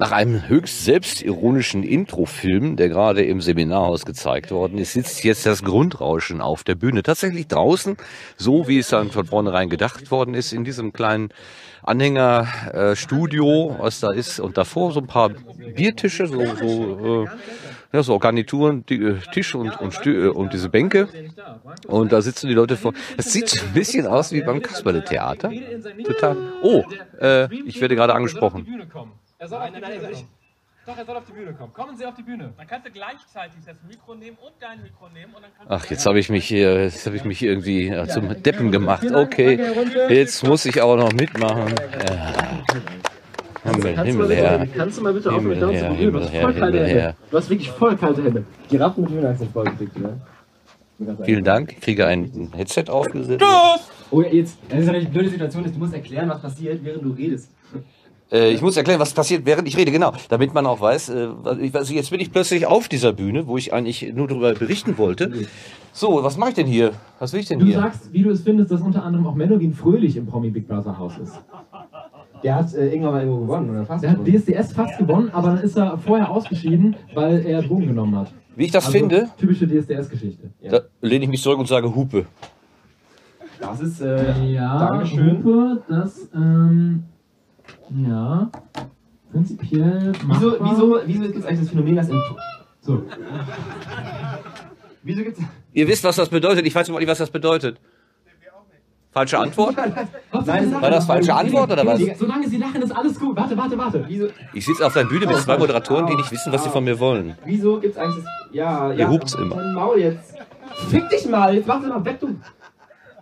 Nach einem höchst selbstironischen Introfilm, der gerade im Seminarhaus gezeigt worden ist, sitzt jetzt das Grundrauschen auf der Bühne. Tatsächlich draußen, so wie es dann von vornherein gedacht worden ist, in diesem kleinen Anhängerstudio, äh, was da ist. Und davor so ein paar Biertische, so, so, äh, ja, so Garnituren, die, äh, Tisch und, und, Stü äh, und diese Bänke. Und da sitzen die Leute vor. Es sieht so ein bisschen aus wie beim Kasperle-Theater. Total. Oh, äh, ich werde gerade angesprochen. Er soll auf die Bühne kommen. Doch, er soll auf die Bühne kommen. Kommen Sie auf die Bühne. Dann kannst du gleichzeitig das Mikro nehmen und dein Mikro nehmen und dann kannst Ach, jetzt habe ich mich hier, jetzt habe ich mich irgendwie äh, zum Deppen gemacht. Okay, jetzt muss ich aber noch mitmachen. Ja. Himmel, Kannst, du mal Himmel, bitte, her. kannst du mal bitte Himmel aufhören, damit her, zu berühren? Du Himmel hast voll her, kalte Himmel her. Hände. Du hast wirklich voll kalte Hände. Giraffen mit Hühnern sind vollgekriegt, ne? Vielen Dank. Ich kriege ein Headset aufgesetzt. Oh, ja, jetzt. Das ist natürlich eine blöde Situation. Jetzt, du musst erklären, was passiert, während du redest. Äh, ich muss erklären, was passiert, während ich rede, genau. Damit man auch weiß, äh, was ich, was, jetzt bin ich plötzlich auf dieser Bühne, wo ich eigentlich nur darüber berichten wollte. So, was mache ich denn hier? Was will ich denn Du hier? sagst, wie du es findest, dass unter anderem auch Menowin Fröhlich im Promi Big Brother Haus ist. Der hat äh, irgendwann mal irgendwo gewonnen, oder fast? Der hat DSDS fast gewonnen, aber dann ist er vorher ausgeschieden, weil er Drogen genommen hat. Wie ich das Also, finde, Typische DSDS-Geschichte. da lehne ich mich zurück und sage Hupe. Das ist, äh, Ja, Dankeschön. Hupe, das, ähm, ja, prinzipiell wieso, machbar. wieso, wieso gibt es eigentlich das Phänomen, dass im... So, Wieso gibt's... Ihr wisst, was das bedeutet. Ich weiß überhaupt nicht, was das bedeutet. Falsche Antwort? Was Nein, ist das War das falsche Antwort oder was? Solange sie lachen, ist alles gut. Warte, warte, warte. Wieso, Ich sitze auf der Bühne Oh. mit zwei Moderatoren, die nicht wissen, was sie von mir wollen. wieso gibt's eigentlich das... Ja, ja. Ihr hupt's immer. Dein Maul jetzt. Fick dich mal, jetzt mach's einfach weg, du...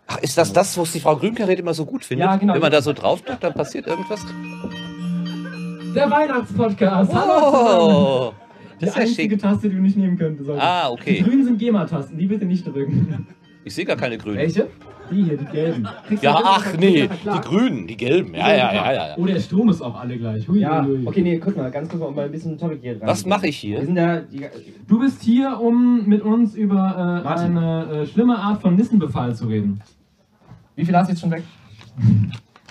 Ach, ist das das, was die Frau Grünkaret immer so gut findet? Ja, genau. Wenn man da so draufdrückt, dann passiert irgendwas. Der Weihnachtspodcast. Ah. Hallo. Oh, Die das ist ja einzige schick. Taste, die du nicht nehmen könntest. Leute. Ah, Die okay. grünen sind GEMA-Tasten, die bitte nicht drücken. Ich sehe gar keine Grünen. Welche? Die hier, die gelben. Kriegst du Ja, bitte ach verklagt, nee, die verklagt. Grünen, die Gelben. Ja, ja, ja, ja. ja. Oh, der Strom ist auch alle gleich. Hui, Ja, hui, hui. okay, nee, guck mal, ganz kurz mal, um mal ein bisschen Topic hier rein. Was mache ich Wir hier? sind ja... Die, Du bist hier, um mit uns über äh, Martin. eine äh, schlimme Art von Nissenbefall zu reden. Wie viel hast du jetzt schon weg?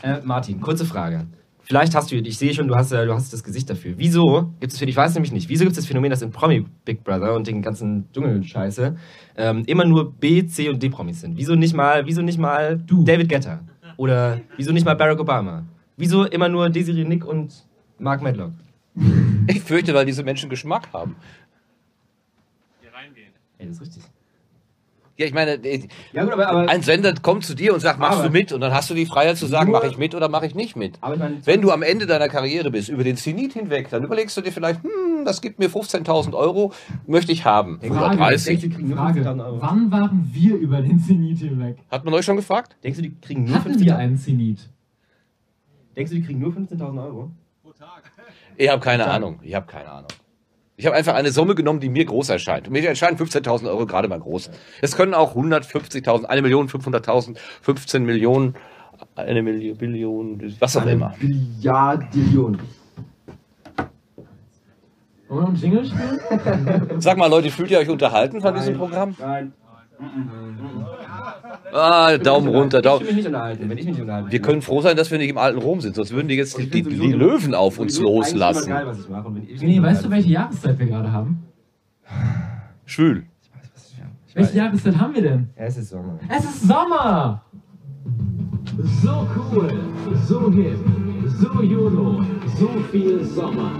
Äh, Martin, kurze Frage. Vielleicht hast du, ich sehe schon, du hast, äh, du hast das Gesicht dafür. Wieso gibt es, ich weiß nämlich nicht, wieso gibt es das Phänomen, dass in Promi Big Brother und den ganzen Dschungelscheiße ähm, immer nur B, C und D Promis sind? Wieso nicht mal, wieso nicht mal Du. David Getter? Oder wieso nicht mal Barack Obama? Wieso immer nur Desiree Nick und Mark Medlock? Ich fürchte, weil diese Menschen Geschmack haben. hier reingehen. Ey, das ist richtig. Also, Ja, ich meine, äh, Ja gut, aber, aber, ein Sender kommt zu dir und sagt, machst Aber- du mit? Und dann hast du die Freiheit zu sagen, Nur- mache ich mit oder mache ich nicht mit. aber ich meine, Wenn du am Ende deiner Karriere bist, über den Zenit hinweg, dann überlegst du dir vielleicht, hm, das gibt mir 15.000 Euro, möchte ich haben. Oder Frage, 30. die kriegen nur Frage, 15.000 Euro. wann waren wir über den Zenit hinweg? Hat man euch schon gefragt? denkst du, die kriegen nur Hatten wir 15.000 einen Zenit? Denkst du, die kriegen nur 15.000 Euro? Ich habe keine Ahnung. Ich habe keine Ahnung. Ich habe einfach eine Summe genommen, die mir groß erscheint. Und mir erscheinen 15.000 Euro gerade mal groß. Es können auch 150.000, 1 Million, 500.000, 15 Millionen, eine Million, Billion, was auch immer. Billiardion. Wollen wir noch einen Jingle spielen? Sag mal, Leute, fühlt ihr euch unterhalten von diesem Programm? Nein. Ah, Mhm. Daumen runter, Ich will Daumen. mich nicht unterhalten, wenn ich mich nicht unterhalten Wir können froh sein, dass wir nicht im alten Rom sind, sonst würden die jetzt die, die, die Löwen auf uns Ich geil, loslassen. was ich mache. Und wenn ich nee, weißt du, welche Jahreszeit wir gerade haben? Schwül. Welche Jahreszeit haben wir denn? Es ist Sommer. Es ist Sommer! So cool, so hip, so YOLO, so viel Sommer.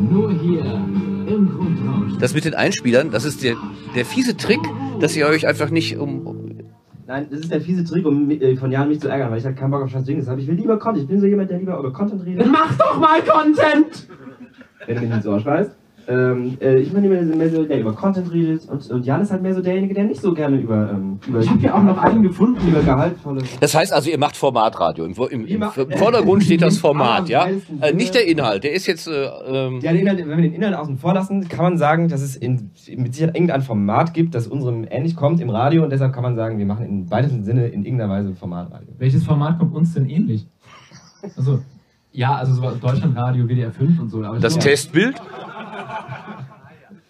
Nur hier im Grundrausch. Das mit den Einspielern, das ist der, der fiese Trick, dass ihr euch einfach nicht um. Nein, das ist der fiese Trick, um mi- äh, von Jan mich zu ärgern, weil ich halt keinen Bock auf scheiß Dings habe. Ich will lieber Content. Ich bin so jemand, der lieber über Content redet. Mach doch mal Content! wenn du mich ins Ohr schreist. Ähm, äh, ich bin jemand, der mehr so, der über Content redet. Und, und Jan ist halt mehr so derjenige, der nicht so gerne über. Ähm, über Ich habe ja auch noch einen gefunden. über gehaltvolle. Das heißt also, ihr macht Formatradio. Im, im, im Wir machen- Vordergrund steht das Format, ja? Allermeisten Äh, nicht ne? Dinge- der Inhalt, der ist jetzt. Äh, ähm, Ja, den Inhalt, wenn wir den Inhalt außen vor lassen, kann man sagen, dass es in, mit Sicherheit irgendein Format gibt, das unserem ähnlich kommt im Radio und deshalb kann man sagen, wir machen im weitesten Sinne in irgendeiner Weise Formatradio. Welches Format kommt uns denn ähnlich? Also, ja, also so Deutschlandradio, WDR 5 und so. Aber ich das glaub- Testbild?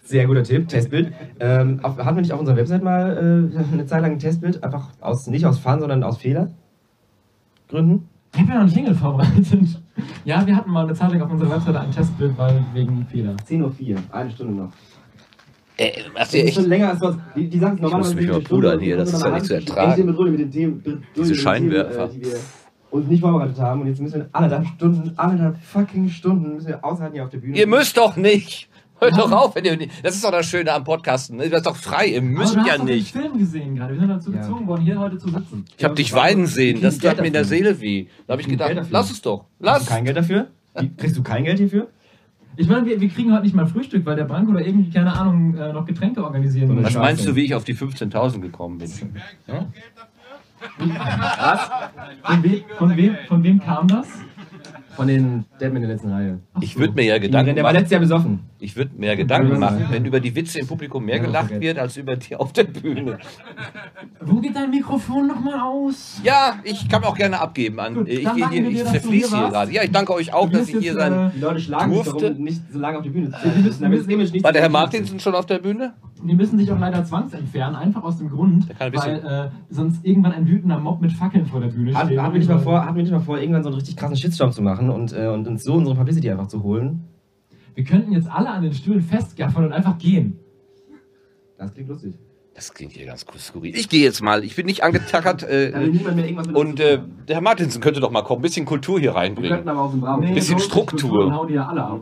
Sehr guter Tipp, Testbild. Ähm, auf, hatten wir nicht auf unserer Website mal äh, eine Zeit lang ein Testbild, einfach aus, nicht aus Fun, sondern aus Fehlergründen? Ich habe ja noch einen Jingle vorbereitet. Ja, wir hatten mal eine Zeit lang auf unserer Webseite ein Testbild, weil wegen Fehler. 10.04 Uhr, eine Stunde noch. Ey, Äh, macht Das ist schon länger als was. Die, die sagen muss mich mal pudern hier, das ist ja nicht zu ertragen. Mit Ruhe, mit den Themen, durch, mit den Scheinwerfer. Themen, äh, die wir uns nicht vorbereitet haben. Und jetzt müssen wir anderthalb Stunden, anderthalb fucking Stunden müssen wir aushalten hier auf der Bühne. Ihr müsst doch nicht. Hört doch auf, wenn ihr nicht. Das ist doch das Schöne am Podcasten. ne? Ihr seid doch frei, ihr müsst Aber du ja hast doch nicht. den Film gesehen gerade. Wir sind dazu Ja. gezwungen worden, hier heute zu sitzen. Ich habe dich weinen sehen, Kriegen das tat Geld mir in der dafür. Seele weh. Da habe ich Kriegen gedacht, Geld dafür. lass es doch. Hast Lass. du kein Geld dafür? Die, kriegst du kein Geld hierfür? Ich meine, wir, wir kriegen heute nicht mal Frühstück, weil der Banco oder irgendwie, keine Ahnung, äh, noch Getränke organisieren Was Was will. Scheiße. meinst du, wie ich auf die 15.000 gekommen bin? Von, we von, wem, von wem kam das? Von den Deppen in der letzten Reihe. Ich würde mir ja denn Gedanken der war machen, letztes Jahr besoffen. ich würde mir ja Gedanken Ja. machen, wenn über die Witze im Publikum mehr Ja, gelacht okay. wird, als über die auf der Bühne. Wo geht dein Mikrofon nochmal aus? Ja, ich kann mir auch gerne abgeben an. Gut, Ich, ich, dann danken wir ich dir, dass du hier verfließe hier warst. gerade. Ja, ich danke euch auch, Du dass bist ich hier jetzt, sein. äh, Die Leute schlagen mich Durfte- darum, nicht so lange auf die Bühne zu sein. Damit das Image nicht War der Herr so- Martinsen schon auf der Bühne? Die müssen sich auch leider zwangsentfernen, einfach aus dem Grund, Der kann ein bisschen- weil äh, sonst irgendwann ein wütender Mob mit Fackeln vor der Bühne Hatten steht. hatten wir nicht mal vor, hatten wir nicht mal vor, irgendwann so einen richtig krassen Shitstorm zu machen und, äh, und uns so unsere Publicity einfach zu holen? Wir könnten jetzt alle an den Stühlen festgaffern und einfach gehen. Das klingt lustig. Das klingt hier ganz skurril. Ich gehe jetzt mal. Ich bin nicht angetackert. Da will Äh, niemand mehr irgendwas mit uns und zu tun äh, haben. der Herr Martinsen könnte doch mal kommen. Ein bisschen Kultur hier wir reinbringen. könnten aber aus dem Bravo. Nee, bisschen so ist die Struktur. Kultur, dann hauen die ja alle ab.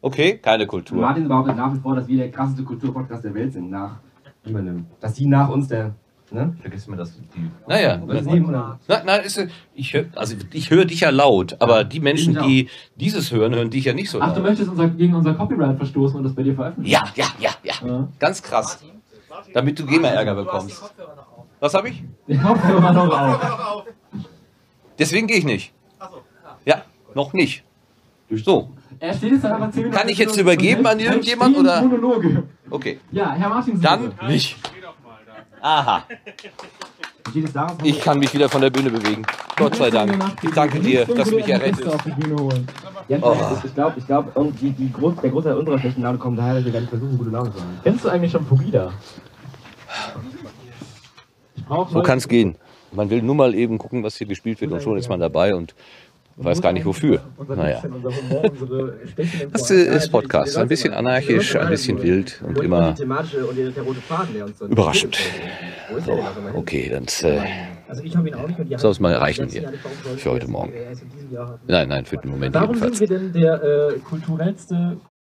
Okay, keine Kultur. Mm. Martin behauptet nach wie vor, dass wir der krasseste Kulturpodcast der Welt sind. Nach niemandem. Dass die nach uns der. Ne? Vergiss mir das. Die Naja. Oder das Leben, oder? Na, na, ist, äh, ich höre also ich höre dich ja laut, aber die Menschen, die dieses hören, hören dich ja nicht so Ach, du laut. möchtest unser, gegen unser Copyright verstoßen und das bei dir veröffentlichen? Ja, ja, ja, ja. Ja. Ganz krass. Damit du GEMA-Ärger bekommst. Was habe ich? Ich hoffe, wir waren noch auf. Deswegen gehe ich nicht. Ja, noch nicht. So, Er steht jetzt dann aber 10 Minuten. Kann ich jetzt übergeben an Dann irgendjemand, stehen oder? Monologe. okay. Ja, Herr Martins. Dann bitte. nicht. Aha, Steht es daraus? ich kann mich wieder von der Bühne bewegen. Gott sei Dank. Ich danke dir, dass du mich errettet Auf die Bühne holen. Ja, Oh. ich glaube, ich glaube, und die, die Groß, der Großteil unserer schlechten Laune kommt daher, dass wir gar nicht versuchen, gute Laune zu haben. Kennst du eigentlich schon Purida? Ich brauche So kann es gehen. Man will nur mal eben gucken, was hier gespielt wird und schon ist man dabei und weiß gar nicht wofür. Naja. Das ist Podcast. Ein bisschen anarchisch, ein bisschen wild und immer thematische und der rote Faden, der uns so überraschend. Wo ist der So, denn auch immer hin? okay, dann äh, Also ich habe ihn auch nicht und die soll es mal haben reichen letzten Jahr hier. nicht, warum soll Für heute ich Morgen. erst in diesem also Jahr haben? Nein, nein, für den Moment Warum jedenfalls. sind wir denn der äh, kulturellste